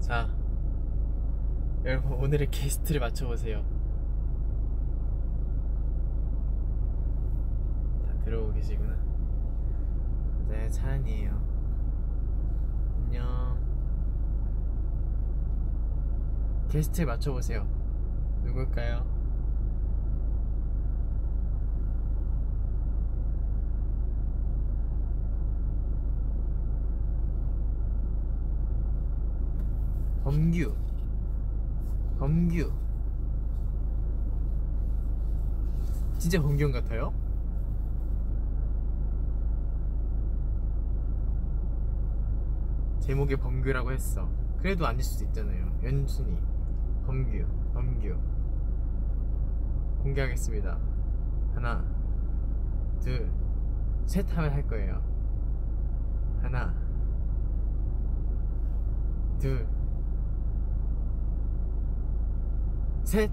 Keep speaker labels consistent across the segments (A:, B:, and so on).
A: 자, 여러분 오늘의 게스트를 맞춰보세요. 다 들어오고 계시구나. 네, 찬이에요. 안녕. 게스트 맞춰보세요. 누굴까요? 범규. 범규. 진짜 범규 같아요? 제목에 범규라고 했어. 그래도 아닐 수도 있잖아요. 연준이. 범규. 범규. 공개하겠습니다. 하나, 둘, 셋 하면 할 거예요. 하나, 둘, 셋!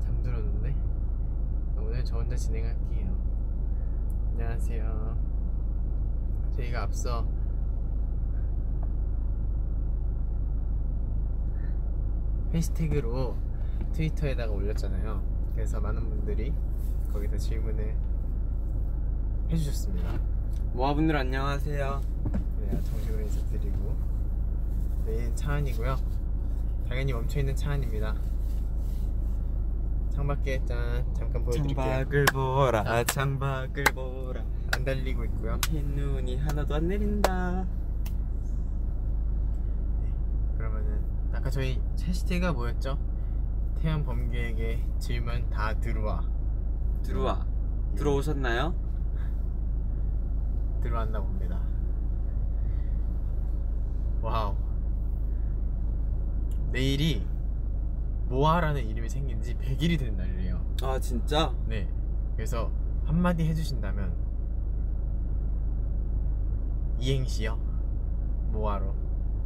A: 잠들었는데? 오늘 저 혼자 진행할게요. 안녕하세요. 저희가 앞서 해시태그로 트위터에다가 올렸잖아요. 그래서 많은 분들이 거기다 질문을 해주셨습니다.
B: 모아분들 안녕하세요.
A: 네, 정식으로 인사드리고 내일 차안이고요 당연히 멈춰있는 차안입니다 창밖에 짠 잠깐 보여드릴게요
B: 창밖을 보라, 아, 창밖을 보라.
A: 안 달리고 있고요
B: 흰 눈이 하나도 안 내린다.
A: 그러면은 아까 저희 해시태그가 뭐였죠? 태연 범규에게 질문 다 들어와
B: 들어와. 들어오셨나요?
A: 들어왔나 봅니다 와우 내일이 모아라는 이름이 생긴 지 100일이 된 날이에요
B: 아 진짜?
A: 네. 그래서 한마디 해주신다면 이행시요. 모아로.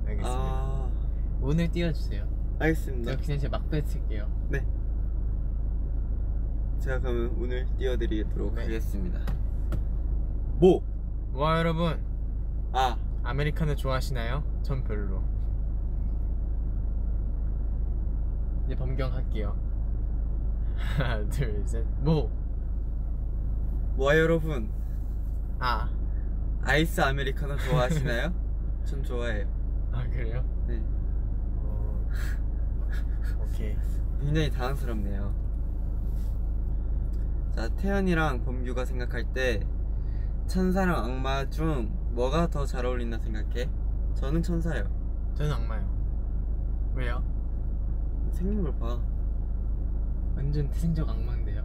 A: 알겠습니다.
B: 아 네.
A: 오늘 띄워주세요.
B: 알겠습니다.
A: 제가 그냥 제 막대 쓸게요.
B: 제가 그러면 오늘 띄워드리도록
A: 네.
B: 하겠습니다. 뭐?
A: 모. 모아 여러분
B: 아
A: 아메리카노 좋아하시나요? 전 별로. 이제 변경할게요. 하나 둘 셋. 모.
B: 모아 여러분
A: 아.
B: 아이스 아메리카노 좋아하시나요? 전 좋아해요.
A: 아 그래요?
B: 네.
A: 어... 오케이.
B: 굉장히 당황스럽네요. 자, 태연이랑 범규가 생각할 때 천사랑 악마 중 뭐가 더 잘 어울린다 생각해? 저는 천사요.
A: 저는 악마요. 왜요?
B: 생긴 걸 봐.
A: 완전 태생적 악마인데요.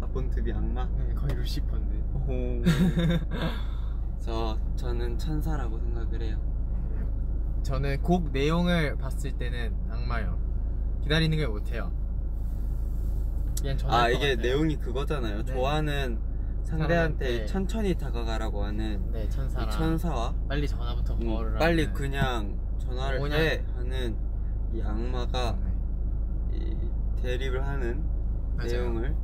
B: 아, 본투비 악마?
A: 네, 거의 루시퍼인데.
B: 오. 저, 저는 천사라고 생각을 해요.
A: 저는 곡 내용을 봤을 때는 악마요. 기다리는 걸 못해요. 그냥 전할
B: 아,
A: 것
B: 이게
A: 같아요.
B: 내용이
A: 네.
B: 그거잖아요. 좋아하는 상대한테
A: 사람한테
B: 천천히 다가가라고 하는
A: 네 천사랑
B: 이 천사와
A: 빨리 전화부터
B: 음,
A: 걸으라.
B: 빨리 그냥 전화를
A: 뭐냐. 네.
B: 해 하는 이 악마가 이 대립을 하는
A: 맞아요.
B: 내용을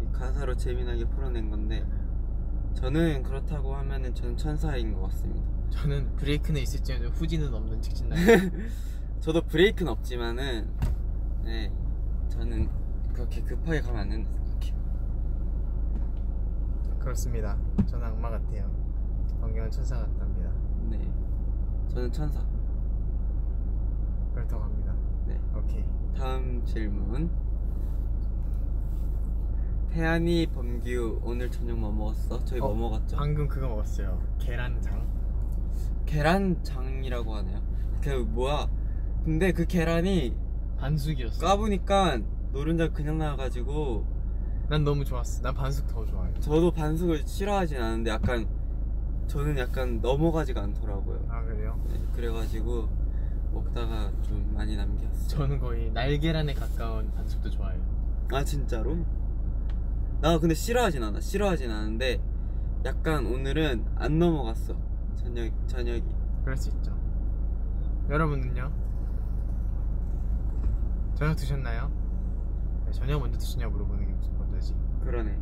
B: 이 가사로 재미나게 풀어낸
A: 네.
B: 건데 저는 그렇다고 하면은 저는 천사인 것 같습니다.
A: 저는 브레이크는 있을지언정 후진은 없는 직진 날.
B: 저도 브레이크는 없지만은 네 저는 그렇게 급하게 가면 안 된다 생각해요.
A: 그렇습니다. 저는 악마 같아요. 번경은 천사 같답니다.
B: 네 저는 천사.
A: 그렇다고 합니다.
B: 네
A: 오케이.
B: 다음 질문. 태안이 범규 오늘 저녁 뭐 먹었어? 저희
A: 어,
B: 뭐 먹었죠?
A: 방금 그거 먹었어요. 계란장.
B: 계란장이라고 하네요. 그 뭐야? 근데 그 계란이
A: 반숙이었어. 요
B: 까보니까 노른자 그냥 나와가지고
A: 난 너무 좋았어. 난 반숙 더 좋아해.
B: 저도 반숙을 싫어하진 않은데 약간 저는 약간 넘어가지가 않더라고요.
A: 아 그래요?
B: 네, 그래가지고 먹다가 좀 많이 남겼어요.
A: 저는 거의 날계란에 가까운 반숙도 좋아해요.
B: 아 진짜로? 나 근데 싫어하진 않아. 싫어하진 않은데 약간 오늘은 안 넘어갔어. 저녁 저녁이.
A: 그럴 수 있죠. 여러분은요? 저녁 드셨나요? 네, 저녁 먼저 드시냐 물어보는 게 무슨 먼저지?
B: 그러네.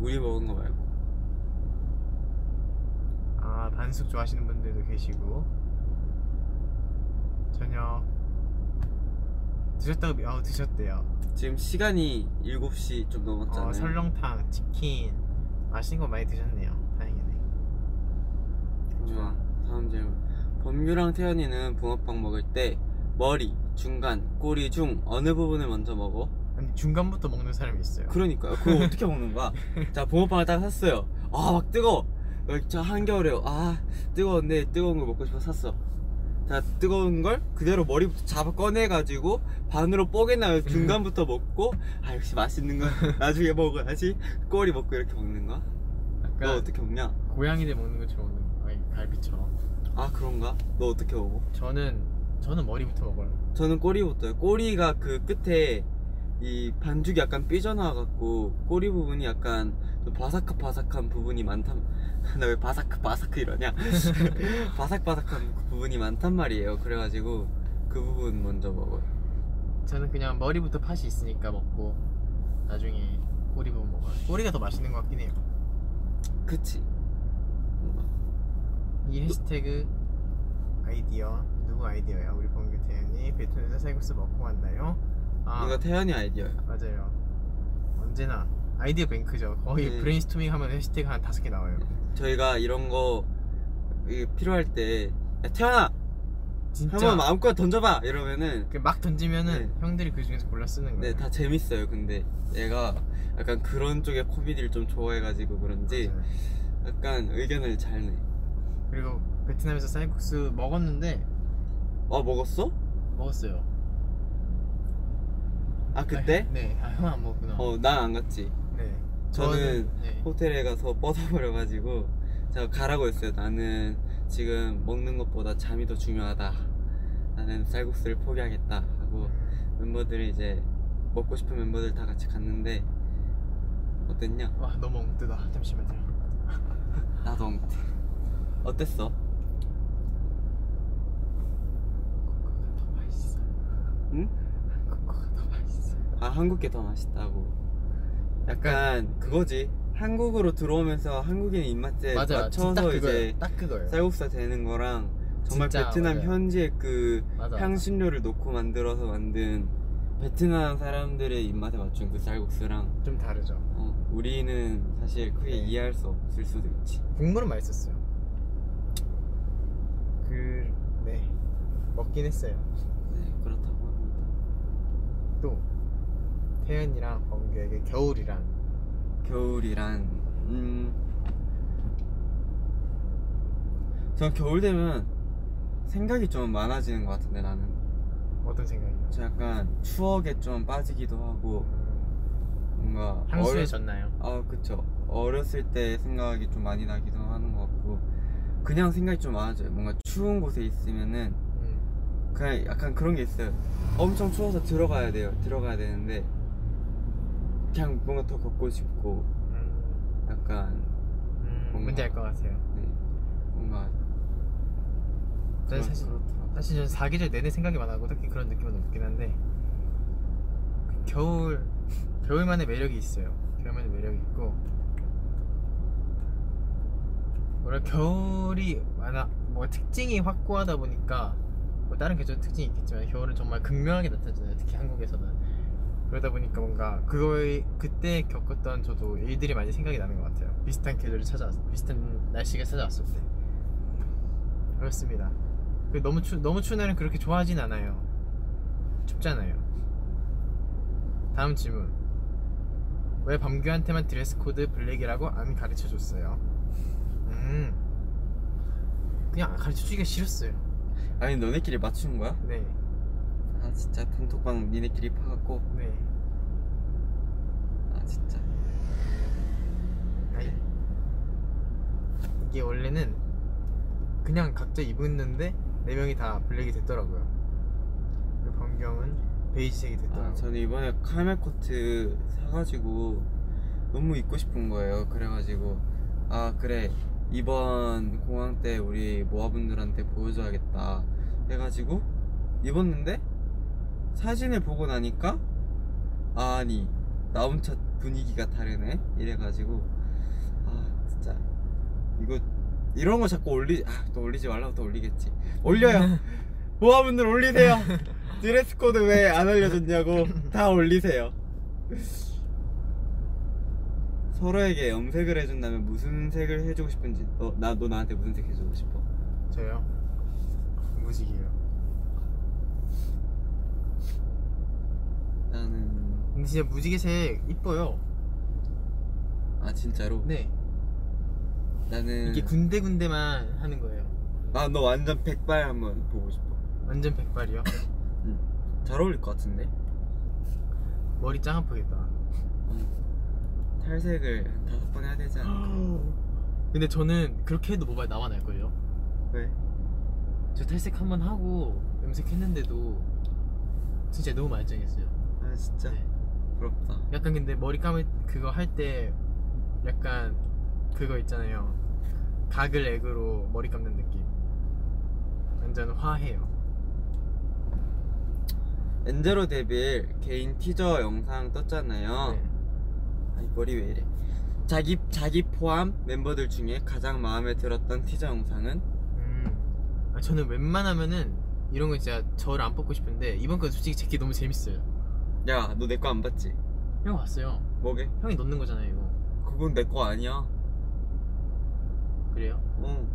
B: 우리 먹은 거 말고.
A: 아 반숙 좋아하시는 분들도 계시고 저녁 드셨다고 어 드셨대요.
B: 지금 시간이 7시 좀 넘었잖아요.
A: 어, 설렁탕, 치킨 맛있는 거 많이 드셨네요. 다행이네.
B: 좋아. 다음 질문. 범규랑 태연이는 붕어빵 먹을 때 머리, 중간, 꼬리 중 어느 부분을 먼저 먹어?
A: 아니 중간부터 먹는 사람이 있어요.
B: 그러니까요. 그거 어떻게 먹는 거야? 자, 붕어빵을 딱 샀어요. 아, 막 뜨거워. 어, 저 한겨울에 아 뜨거운데 뜨거운 걸 먹고 싶어 샀어. 자, 뜨거운 걸 그대로 머리부터 잡아 꺼내가지고 반으로 뽀개나 중간부터 먹고 아 역시 맛있는 건 나중에 먹어야지 꼬리 먹고 이렇게 먹는 거야? 너
A: 약간
B: 어떻게 먹냐?
A: 고양이들 먹는 것처럼 먹는 거, 아니, 갈비처럼.
B: 아 그런가? 너 어떻게 먹어?
A: 저는 저는 머리부터 먹어요.
B: 저는 꼬리부터요. 꼬리가 그 끝에 이 반죽이 약간 삐져나와갖고 꼬리 부분이 약간 좀 바삭바삭한 부분이 많단 나 왜 바삭바삭 이러냐 바삭바삭한 그 부분이 많단 말이에요. 그래가지고 그 부분 먼저 먹어요.
A: 저는 그냥 머리부터 팥이 있으니까 먹고 나중에 꼬리 부분 먹어요. 꼬리가 더 맛있는 것 같긴 해요.
B: 그치? 뭔가
A: 이 해시태그 아이디어 누구 아이디어야? 우리 범규 태연이 베트남에서 쌀국수 먹고 왔나요? 아
B: 이거 태연이 아이디어야.
A: 맞아요. 언제나 아이디어 뱅크죠. 거의
B: 네.
A: 브레인스토밍 하면 해시태그 한 다섯 개 나와요.
B: 저희가 이런 거 이게 필요할 때 야, 태연아
A: 진짜
B: 한번 마음껏 던져봐 이러면은
A: 그막 던지면은
B: 네.
A: 형들이 그 중에서 골라 쓰는 거예요.
B: 네, 다 재밌어요. 근데 얘가 약간 그런 쪽의 코미디를 좀 좋아해가지고 그런지
A: 맞아요.
B: 약간 의견을 잘 내.
A: 그리고 베트남에서 쌀국수 먹었는데
B: 아 먹었어?
A: 먹었어요.
B: 아 그때?
A: 아, 네, 아, 형은 안 먹었구나.
B: 어, 난 안 갔지.
A: 네,
B: 저는
A: 네.
B: 호텔에 가서 뻗어버려가지고 제가 가라고 했어요. 나는 지금 먹는 것보다 잠이 더 중요하다. 나는 쌀국수를 포기하겠다 하고 멤버들이 이제 먹고 싶은 멤버들 다 같이 갔는데 어땠냐?
A: 와 너무 엉뜨다. 잠시만요.
B: 나도 엉태. 어땠어?
A: 코코가 더 맛있어.
B: 응?
A: 코코가 더 맛있어.
B: 아 한국 게 더 맛있다고. 약간 그거지. 한국으로 들어오면서 한국인 입맛에
A: 맞아, 딱
B: 네, 맞춰서
A: 그거예요.
B: 이제
A: 딱 그거예요.
B: 쌀국수 되는 거랑 정말
A: 진짜,
B: 베트남
A: 맞아요.
B: 현지의 그
A: 맞아.
B: 향신료를 넣고 만들어서 만든 베트남 사람들의 입맛에 맞춘 그 쌀국수랑
A: 좀 다르죠.
B: 어, 우리는 사실 크게
A: 네.
B: 이해할 수 없을 수도 있지.
A: 국물은 맛있었어요. 그, 네. 먹긴 했어요.
B: 네 그렇다고 합니다.
A: 또, 태연이랑 범규에게 겨울이란.
B: 겨울이란 음. 전 겨울 되면 생각이 좀 많아지는 것 같은데 나는.
A: 어떤 생각이요?
B: 저 약간 추억에 좀 빠지기도 하고 뭔가 어렸-
A: 향수해졌나요?
B: 아 그쵸 어렸을 때 생각이 좀 많이 나기도 하는 것 같고 그냥 생각이 좀 많아져요 뭔가 추운 곳에 있으면은
A: 음.
B: 그냥 약간 그런 게 있어요 엄청 추워서 들어가야 돼요 들어가야 되는데 그냥 뭔가 더 걷고 싶고
A: 음.
B: 약간
A: 음. 문제 알 것 같아요.
B: 네, 뭔가
A: 저는
B: 그런-
A: 사실,
B: 그렇더라고요.
A: 사실 저는 사계절 내내 생각이 많아고 딱히 그런 느낌은 없긴 한데, 그 겨울, 겨울만의 매력이 있어요. 겨울만의 매력이 있고, 뭐랄 겨울이 많아 뭐 특징이 확고하다 보니까 뭐 다른 계절 특징이 있겠지만 겨울은 정말 극명하게 나타나잖아요 특히 한국에서는 그러다 보니까 뭔가 그거에 그때 겪었던 저도 일들이 많이 생각이 나는 것 같아요 비슷한 계절이 찾아왔 비슷한 날씨가 찾아왔을 때 그렇습니다 그 너무 추 너무 추운 날은 그렇게 좋아하진 않아요 춥잖아요 다음 질문 왜 범규한테만 드레스 코드 블랙이라고 안 가르쳐 줬어요? 음. 그냥 가르쳐 주기가 싫었어요.
B: 아니 너네끼리 맞춘 거야?
A: 네.
B: 아 진짜 단톡방 니네끼리 파갖고
A: 네.
B: 아 진짜
A: 아니. 이게 원래는 그냥 각자 입었는데 네 명이 다 블랙이 됐더라고요. 그리고 범경은 베이지색이 됐더라고요.
B: 아, 저는 이번에 카멜 코트 사가지고 너무 입고 싶은 거예요. 그래가지고 아 그래 이번 공항 때 우리 모아분들한테 보여줘야겠다 해가지고 입었는데 사진을 보고 나니까 아니 나 혼자 분위기가 다르네 이래가지고 아 진짜 이거 이런 거 자꾸 올리 아 또 올리지 말라고 또 올리겠지 올려요 모아분들 올리세요. 드레스 코드 왜 안 알려줬냐고 다 올리세요. 서로에게 염색을 해준다면 무슨 색을 해주고 싶은지 너 나 너 나한테 무슨 색 해주고 싶어?
A: 저요? 무지개요.
B: 나는
A: 근데 진짜 무지개색 이뻐요.
B: 아 진짜로?
A: 네.
B: 나는
A: 이게 군데군데만 하는 거예요.
B: 아너 완전 백발 한번 보고 싶어.
A: 완전 백발이요.
B: 잘 어울릴 것 같은데?
A: 머리 짱 아프겠다.
B: 음, 탈색을 한 다섯 번 해야 되지 않을까?
A: 근데 저는 그렇게 해도 모발 나와 날걸요?
B: 왜?
A: 저 탈색 한 번 하고 염색했는데도 진짜 너무 말짱했어요.
B: 아 진짜
A: 네.
B: 부럽다.
A: 약간 근데 머리 감을 그거 할 때 약간 그거 있잖아요. 가글 액으로 머리 감는 느낌. 완전 화해요.
B: 엔제로 데빌 개인 티저 영상 떴잖아요.
A: 네.
B: 아니 머리 왜 이래? 자기 자기 포함 멤버들 중에 가장 마음에 들었던 티저 영상은
A: 음. 아, 저는 웬만하면은 이런 거 진짜 저를 안 뽑고 싶은데 이번 건 솔직히 제게 너무 재밌어요.
B: 야 너 내 거 안 봤지?
A: 형 봤어요.
B: 뭐게?
A: 형이 넣는 거잖아요, 이거.
B: 그건 내 거 아니야.
A: 그래요?
B: 어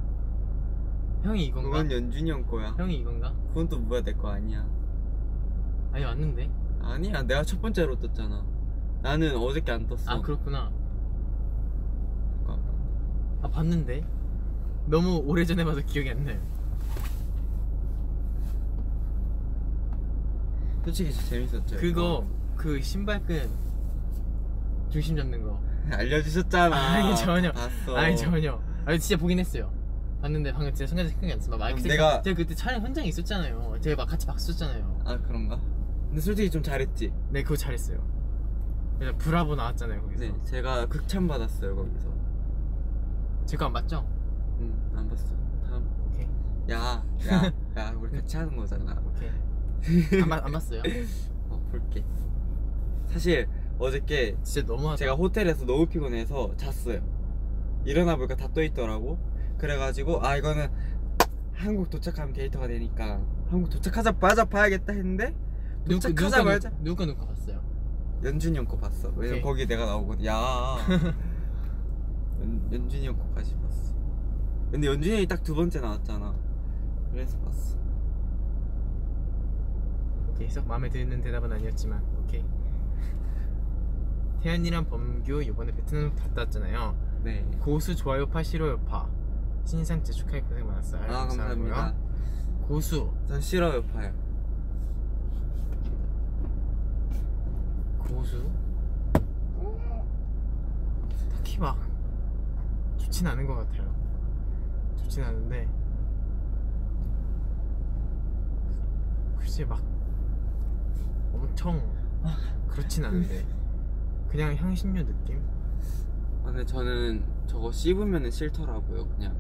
A: 형이 이건가?
B: 그건 연준이 형 거야.
A: 형이 이건가?
B: 그건 또 뭐야 내 거 아니야.
A: 아니 맞는데.
B: 아니야 내가 첫 번째로 떴잖아. 나는 어저께 안 떴어.
A: 아 그렇구나.
B: 내거안 봤네.
A: 아 봤는데. 너무 오래전에 봐서 기억이 안 나요.
B: 솔직히 진짜 재밌었죠.
A: 그거
B: 이거?
A: 그 신발끈 중심 잡는 거.
B: 알려주셨잖아.
A: 아니, 전혀.
B: 봤어.
A: 아니 전혀. 아니 진짜 보긴 했어요. 봤는데 방금 제가 순간 생각이 안 났어. 마이크
B: 그럼
A: 색깔-
B: 내가-
A: 제가 그때 촬영 현장에 있었잖아요. 제가 막 같이 박수 쳤잖아요.
B: 아 그런가? 근데 솔직히 좀 잘했지.
A: 네 그거 잘했어요. 그래서 브라보 나왔잖아요 거기서.
B: 네, 제가 극찬 받았어요 거기서.
A: 제 거 안 맞죠?
B: 응, 안 봤어. 다음.
A: 오케이.
B: 야, 야, 야, 우리 같이 하는 거잖아.
A: 오케이. 안, 맞, 안 맞어요?
B: 어, 볼게. 사실 어저께
A: 진짜 너무하다.
B: 제가 호텔에서 너무 피곤해서 잤어요. 일어나 보니까 다 떠 있더라고. 그래가지고 아 이거는 한국 도착하면 데이터가 되니까 한국 도착하자마자 봐야겠다 했는데
A: 누가 누가
B: 도착하자마자
A: 누가, 누가 누가 봤어요?
B: 연준이 형 거 봤어. 왜냐면
A: 오케이.
B: 거기 내가 나오거든. 야. 연, 연준이 형 거까지 봤어. 근데 연준이 형이 딱 두 번째 나왔잖아. 그래서 봤어.
A: 오케이. 썩 마음에 드는 대답은 아니었지만 오케이. 태연이랑 범규 이번에 베트남 갔다 왔잖아요.
B: 네.
A: 고수 좋아요파 싫어요파 신상제 축하해 고생 많았어요.
B: 아
A: 감사하고요.
B: 감사합니다.
A: 고수
B: 전 싫어요 파요.
A: 고수? 딱히 막 좋진 않은 것 같아요. 좋진 않은데 글쎄 막 엄청 그렇진 않은데 그냥 향신료 느낌?
B: 아, 근데 저는 저거 씹으면 싫더라고요. 그냥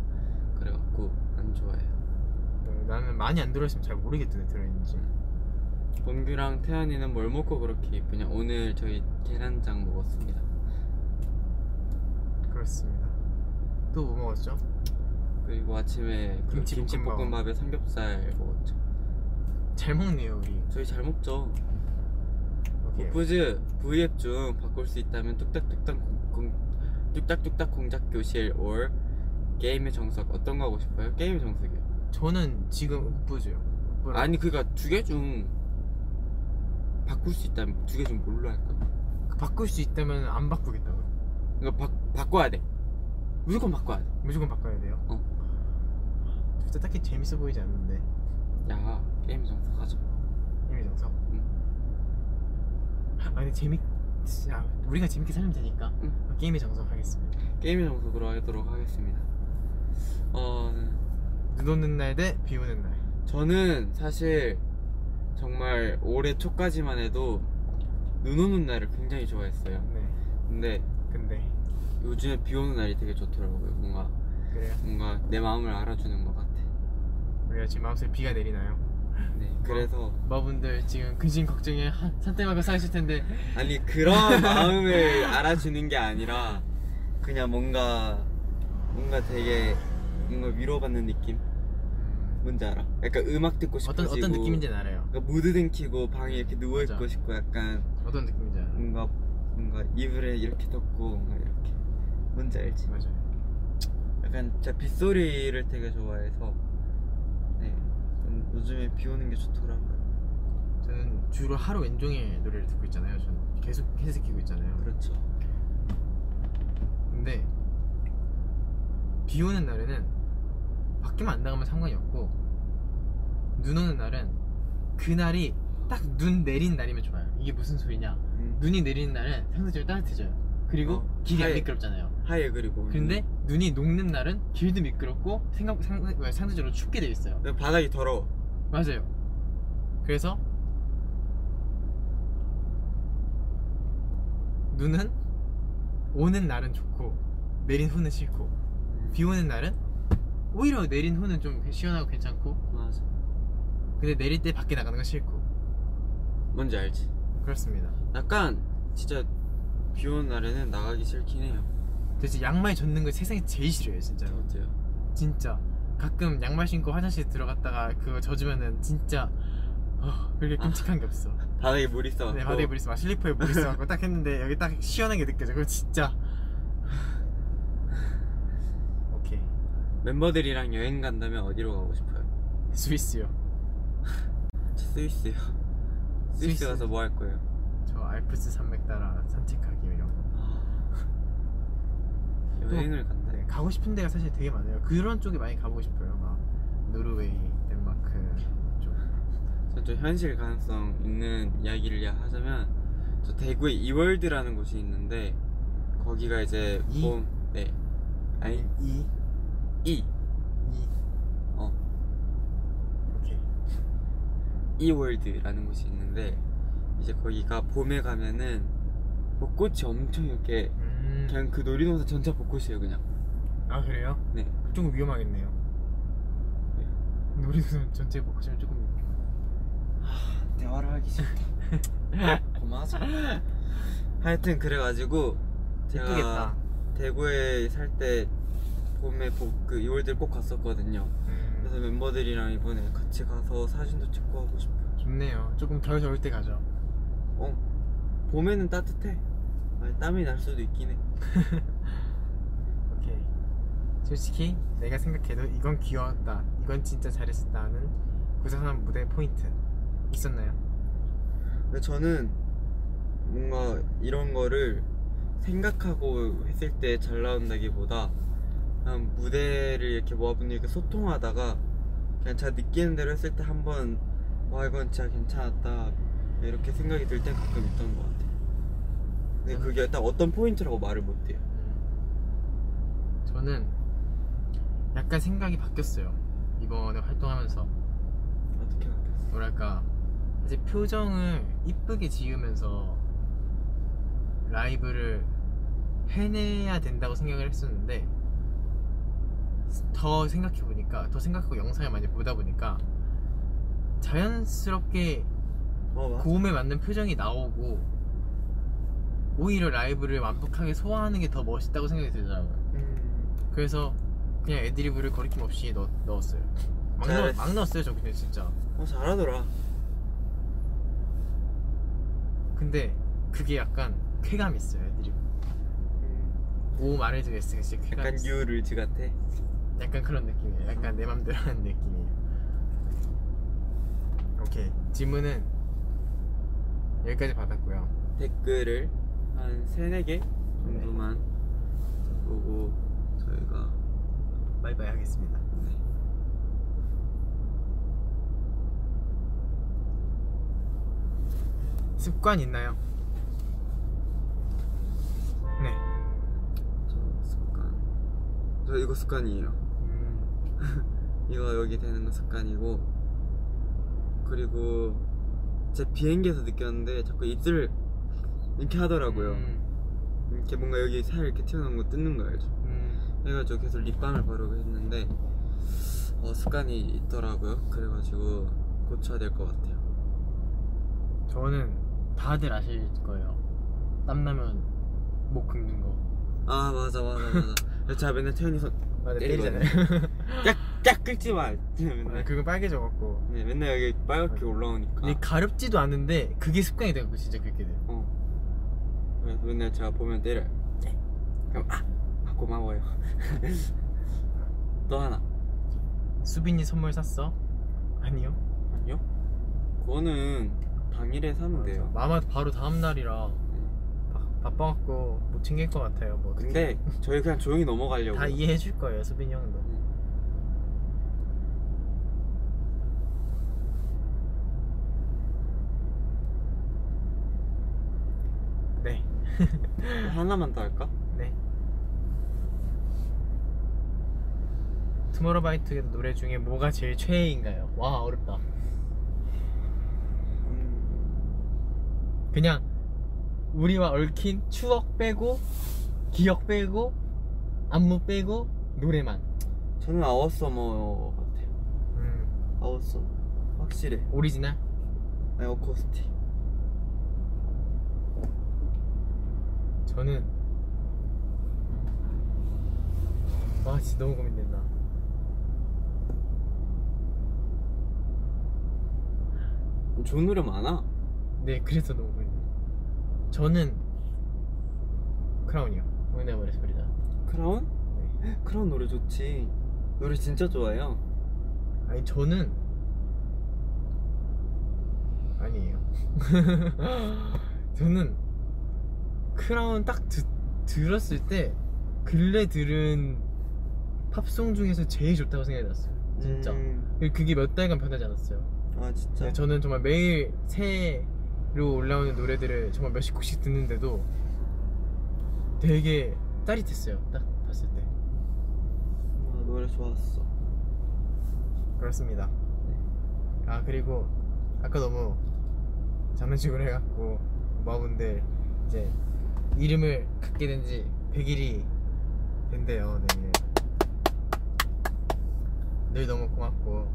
B: 그래갖고 안 좋아해요.
A: 어, 나는 많이 안 들어있으면 잘 모르겠던데 들어있는지
B: 범규랑 태연이는 뭘 먹고 그렇게 이쁘냐? 오늘 저희 계란장 먹었습니다.
A: 그렇습니다. 또 뭐 먹었죠?
B: 그리고 아침에 그
A: 김치 볶음밥.
B: 김치볶음밥에 삼겹살 먹었죠.
A: 잘 먹네요 우리.
B: 저희 잘 먹죠.
A: 오케이.
B: 오프즈 V앱 중 바꿀 수 있다면 뚝딱뚝딱 공, 공- 뚝딱뚝딱 공작 교실 or 게임의 정석 어떤 거 하고 싶어요? 게임의 정석이요.
A: 저는 지금 옥부죠.
B: 아니 그니까 두 개 중 바꿀 수 있다면 두 개 중 뭘로 할까?
A: 바꿀 수 있다면 안 바꾸겠다고.
B: 그러니까 바, 바꿔야 돼. 무조건 바꿔야 돼.
A: 무조건 바꿔야 돼요.
B: 어.
A: 진짜 딱히 재밌어 보이지 않는데
B: 야 게임의 정석 하자.
A: 이미 정석. 응. 아니 재밌. 아, 우리가 재밌게 살면 되니까
B: 응.
A: 게임의 정석 하겠습니다.
B: 게임의 정석으로 하도록 하겠습니다. 어
A: 눈 오는 날 대 비 오는 날.
B: 저는 사실 정말 올해 초까지만 해도 눈 오는 날을 굉장히 좋아했어요.
A: 네.
B: 근데
A: 근데
B: 요즘에 비 오는 날이 되게 좋더라고요. 뭔가
A: 그래요.
B: 뭔가 내 마음을 알아주는 것 같아.
A: 우리가 지금 마음속에 비가 내리나요?
B: 네. 그래서
A: 마분들 지금 근심 걱정에 하- 산뜻하고 사실 텐데
B: 아니 그런 마음을 알아주는 게 아니라 그냥 뭔가 뭔가 되게 뭔가 위로받는 느낌.
A: 음,
B: 뭔지 알아? 약간 음악 듣고 싶어지고
A: 어떤 어떤 느낌인지는 알아요.
B: 그러니까 무드등 켜고 방에 이렇게 누워 있고
A: 맞아.
B: 싶고 약간
A: 어떤 느낌인지 알아요.
B: 뭔가 뭔가 이불에 이렇게 덮고 뭔가 이렇게 뭔지 알지?
A: 맞아요. 음.
B: 약간 제가 빗소리를 되게 좋아해서 네 저는 요즘에 비 오는 게 좋더라고요.
A: 저는 주로 하루 왼종일 노래를 듣고 있잖아요. 저는 계속 헤드셋 끼고 있잖아요.
B: 그렇죠.
A: 근데 비 오는 날에는 밖에만 안 나가면 상관이 없고 눈 오는 날은 그날이 딱 눈 내린 날이면 좋아요. 이게 무슨 소리냐?
B: 음.
A: 눈이 내리는 날은 상대적으로 따뜻해져요. 그리고
B: 어,
A: 길이 안
B: 하얘.
A: 미끄럽잖아요.
B: 하얘 그리고
A: 근데 눈이 녹는 날은 길도 미끄럽고 생각 상, 상대적으로 춥게 돼 있어요.
B: 음. 바닥이 더러워.
A: 맞아요. 그래서 눈은 오는 날은 좋고 내린 후는 싫고 비 오는 날은 오히려 내린 후는 좀 시원하고 괜찮고
B: 맞아.
A: 근데 내릴 때 밖에 나가는 건 싫고
B: 뭔지 알지?
A: 그렇습니다.
B: 약간 진짜 비 오는 날에는 나가기 싫긴 해요.
A: 도대체 양말 젖는 거 세상에 제일 싫어요 진짜로.
B: 어때요?
A: 진짜 가끔 양말 신고 화장실 들어갔다가 그거 젖으면은 진짜 어, 그렇게 끔찍한 게 없어.
B: 바닥에 물이 있어.
A: 네, 바닥에 물 있어. 막 슬리퍼에 물 있어. 갖고 딱 했는데 여기 딱 시원한 게 느껴져. 그거 진짜. 오케이.
B: 멤버들이랑 여행 간다면 어디로 가고 싶어요?
A: 스위스요.
B: 저 스위스요. 스위스
A: 스위스.
B: 가서 뭐 할 거예요?
A: 저 알프스 산맥 따라 산책하기 이런 거.
B: 여행을 간다.
A: 아. 네, 가고 싶은 데가 사실 되게 많아요. 그런 쪽에 많이 가보고 싶어요. 막 노르웨이, 덴마크 쪽.
B: 저좀 현실 가능성 있는 이야기를 이야- 하자면 저 대구에 이월드라는 곳이 있는데 거기가 이제
A: 이?
B: 봄, 네 아니
A: 이,
B: 이
A: 이.
B: 어.
A: 오케이.
B: 이월드라는 곳이 있는데 이제 거기가 봄에 가면은 뭐 벚꽃이 엄청 이렇게
A: 음.
B: 그냥 그 놀이동산 전체 벚꽃이에요 그냥
A: 아 그래요?
B: 네
A: 조금 위험하겠네요. 놀이동산 전체 보고 싶으면 조금.
B: 대화를 하기 싫다 고마워서 하여튼 그래가지고 제가
A: 예쁘겠다.
B: 대구에 살 때 봄에 보- 그 이월드 꼭 갔었거든요
A: 음,
B: 그래서 멤버들이랑 이번에 같이 가서 사진도 찍고 하고 싶어요.
A: 좋네요. 조금 덜 더울 때 가죠.
B: 어, 봄에는 따뜻해. 아니, 땀이 날 수도 있긴 해.
A: 오케이. 솔직히 내가 생각해도 이건 귀여웠다. 이건 진짜 잘했었다는 구사산 무대 포인트 있었나요?
B: 근데 저는 뭔가 이런 거를 생각하고 했을 때 잘 나온다기보다 그냥 무대를 이렇게 모아분들께 소통하다가 그냥 제가 느끼는 대로 했을 때 한번 와 이건 진짜 괜찮았다 이렇게 생각이 들 땐 가끔 있던 것 같아요. 근데
A: 음.
B: 그게 딱 어떤 포인트라고 말을 못해요.
A: 저는 약간 생각이 바뀌었어요. 이번에 활동하면서
B: 어떻게 알겠어?
A: 뭐랄까 이제 표정을 이쁘게 지으면서 라이브를 해내야 된다고 생각을 했었는데 더 생각해 보니까 더 생각하고 영상을 많이 보다 보니까 자연스럽게
B: 어, 맞아.
A: 고음에 맞는 표정이 나오고 오히려 라이브를 완벽하게 소화하는 게 더 멋있다고 생각이 들더라고요.
B: 음.
A: 그래서 그냥 애드리브를 거리낌 없이 넣, 넣었어요. 막, 넣,
B: 잘했어.
A: 막 넣었어요, 저 그냥 진짜.
B: 어 잘하더라.
A: 근데 그게 약간 쾌감 있어요, 애드리브. 고음 아래도 S가 진짜 쾌감
B: 약간
A: 있어요.
B: 유를즈 같아.
A: 약간 그런 느낌이에요. 약간 내 맘대로 하는 느낌이에요. 오케이. 질문은 여기까지 받았고요.
B: 댓글을 한 세네 개 정도만 보고 저희가
A: 바이바이 하겠습니다.
B: 네.
A: 습관 있나요? 네.
B: 저 습관. 저 이거 습관이에요.
A: 음,
B: 이거 여기 되는 거 습관이고 그리고 제 비행기에서 느꼈는데 자꾸 입술을 이렇게 하더라고요.
A: 음,
B: 이렇게 뭔가 여기 살 이렇게 튀어나온 거 뜯는 거 알죠?
A: 음.
B: 그래가지고 계속 립밤을 바르고 했는데 어, 습관이 있더라고요. 그래가지고 고쳐야 될 것 같아요.
A: 저는 다들 아실 거예요. 땀나면 목 긁는 거.
B: 아 맞아 맞아 맞아. 제가 맨날 태현이 손
A: 맞아, 네,
B: 때리잖아요. 네.
A: 때리잖아요. 네,
B: 짝 깍 긁지마 맨날
A: 그거 빨개져갖고
B: 네, 그 맨날 여기 빨갛게 올라오니까
A: 이게 가렵지도 않은데 그게 습관이 돼갖고 진짜 그렇게 돼요
B: 어. 그래서 맨날 제가 보면 때려요 그럼 아! 아, 고마워요 또 하나
A: 수빈이 선물 샀어? 아니요
B: 아니요? 그거는 당일에 사면 돼요
A: 마마 바로 다음날이라
B: 네.
A: 바- 바빠갖고 못 챙길 것 같아요 뭐 어떻게
B: 근데 저희 그냥 조용히 넘어가려고
A: 다 이해해 줄 거예요 수빈이 형도 네
B: 하나만 더 할까?
A: 네. 투모로우바이투게더 노래 중에 뭐가 제일 최애인가요? 와 어렵다.
B: 음,
A: 그냥 우리와 얽힌 추억 빼고 기억 빼고 안무 빼고 노래만.
B: 저는 아워서머 같아요
A: 음,
B: 아워서 확실해
A: 오리지널?
B: 아니 어쿠스틱
A: 저는 와 진짜 너무 고민된다.
B: 좋은 노래 많아
A: 네 그래서 너무 고민돼. 저는 크라운이요. 오늘내버려 소리다.
B: 크라운?
A: 네.
B: 크라운 노래 좋지 노래 진짜 좋아해요
A: 아니 저는 아니에요. 저는 크라운 딱 듣, 들었을 때 근래 들은 팝송 중에서 제일 좋다고 생각이 났어요. 진짜.
B: 음,
A: 그리고 그게 몇 달간 변하지 않았어요.
B: 아 진짜
A: 네, 저는 정말 매일 새로 올라오는 노래들을 정말 몇십 곡씩 듣는데도 되게 짜릿했어요. 딱 봤을 때.
B: 아, 노래 좋았어
A: 그렇습니다. 아 그리고 아까 너무 장난식으로 해갖고 모아분들 이제 이름을 갖게 된 지 100일이 된대요 내일. 늘 너무 고맙고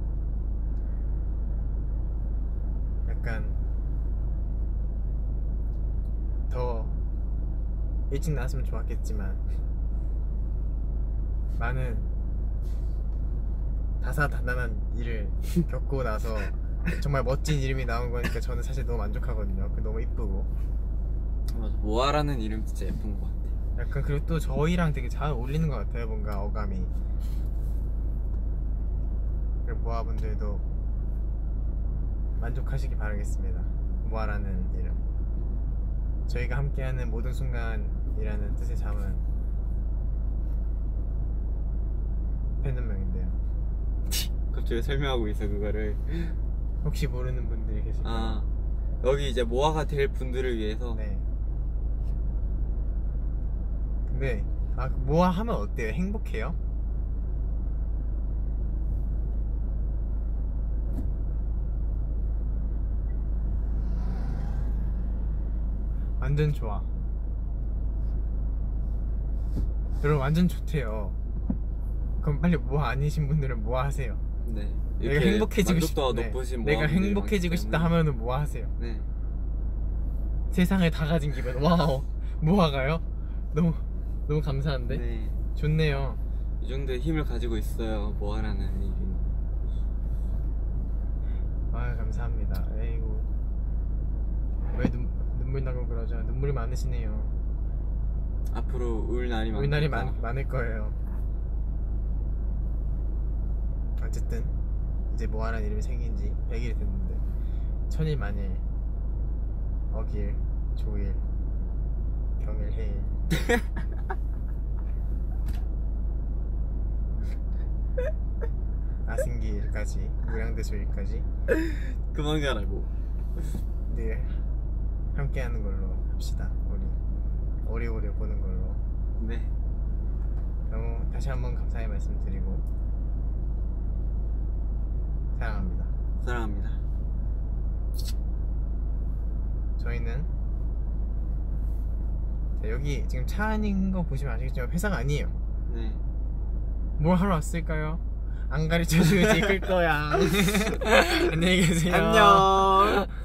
A: 약간 더 일찍 나왔으면 좋았겠지만 많은 다사다난한 일을 겪고 나서 정말 멋진 이름이 나온 거니까 저는 사실 너무 만족하거든요. 그 너무 이쁘고
B: 맞아 모아라는 이름 진짜 예쁜 것 같아
A: 약간 그리고 또 저희랑 되게 잘 어울리는 것 같아요. 뭔가 어감이 그리고 모아분들도 만족하시기 바라겠습니다. 모아라는 이름 저희가 함께하는 모든 순간이라는 뜻의 잠은 팬덤명인데요.
B: 갑자기 설명하고 있어 그거를
A: 혹시 모르는 분들이 계실까요?
B: 아 여기 이제 모아가 될 분들을 위해서
A: 네. 근데 아 모아 하면 어때요? 행복해요? 완전 좋아. 여러분 완전 좋대요. 그럼 빨리 뭐 모아 아니신 분들은 모아 하세요.
B: 네.
A: 내가
B: 이렇게
A: 행복해지고
B: 만족도가
A: 싶다. 네.
B: 높으신
A: 내가
B: 모아분들이
A: 행복해지고
B: 많기
A: 싶다
B: 때문에.
A: 하면은 모아 하세요.
B: 네.
A: 세상을 다 가진 기분. 와우. 모아가요? 너무 너무 감사한데.
B: 네.
A: 좋네요.
B: 이 정도의 힘을 가지고 있어요. 모아라는 이름.
A: 아 감사합니다. 에이고 왜 눈, 눈물 나고 그러죠? 눈물이 많으시네요.
B: 앞으로 울 날이 많다.
A: 우리 날이 많, 많을 거예요. 어쨌든 이제 모아라는 이름이 생긴 지 100일이 됐는데 천일 만일 억일 조일 경일 해일 아승기일까지 무량대 조일까지
B: 그만 가라고.
A: 늘 함께하는 걸로 합시다 우리 오래오래 보는 걸로
B: 네.
A: 너무 다시 한번 감사의 말씀 드리고 사랑합니다
B: 사랑합니다.
A: 저희는 자, 여기 지금 차 안인 거 보시면 아시겠지만 회사가 아니에요
B: 네.
A: 뭘 하러 왔을까요? 안 가르쳐주고 이끌 거야 안녕히 계세요
B: 안녕.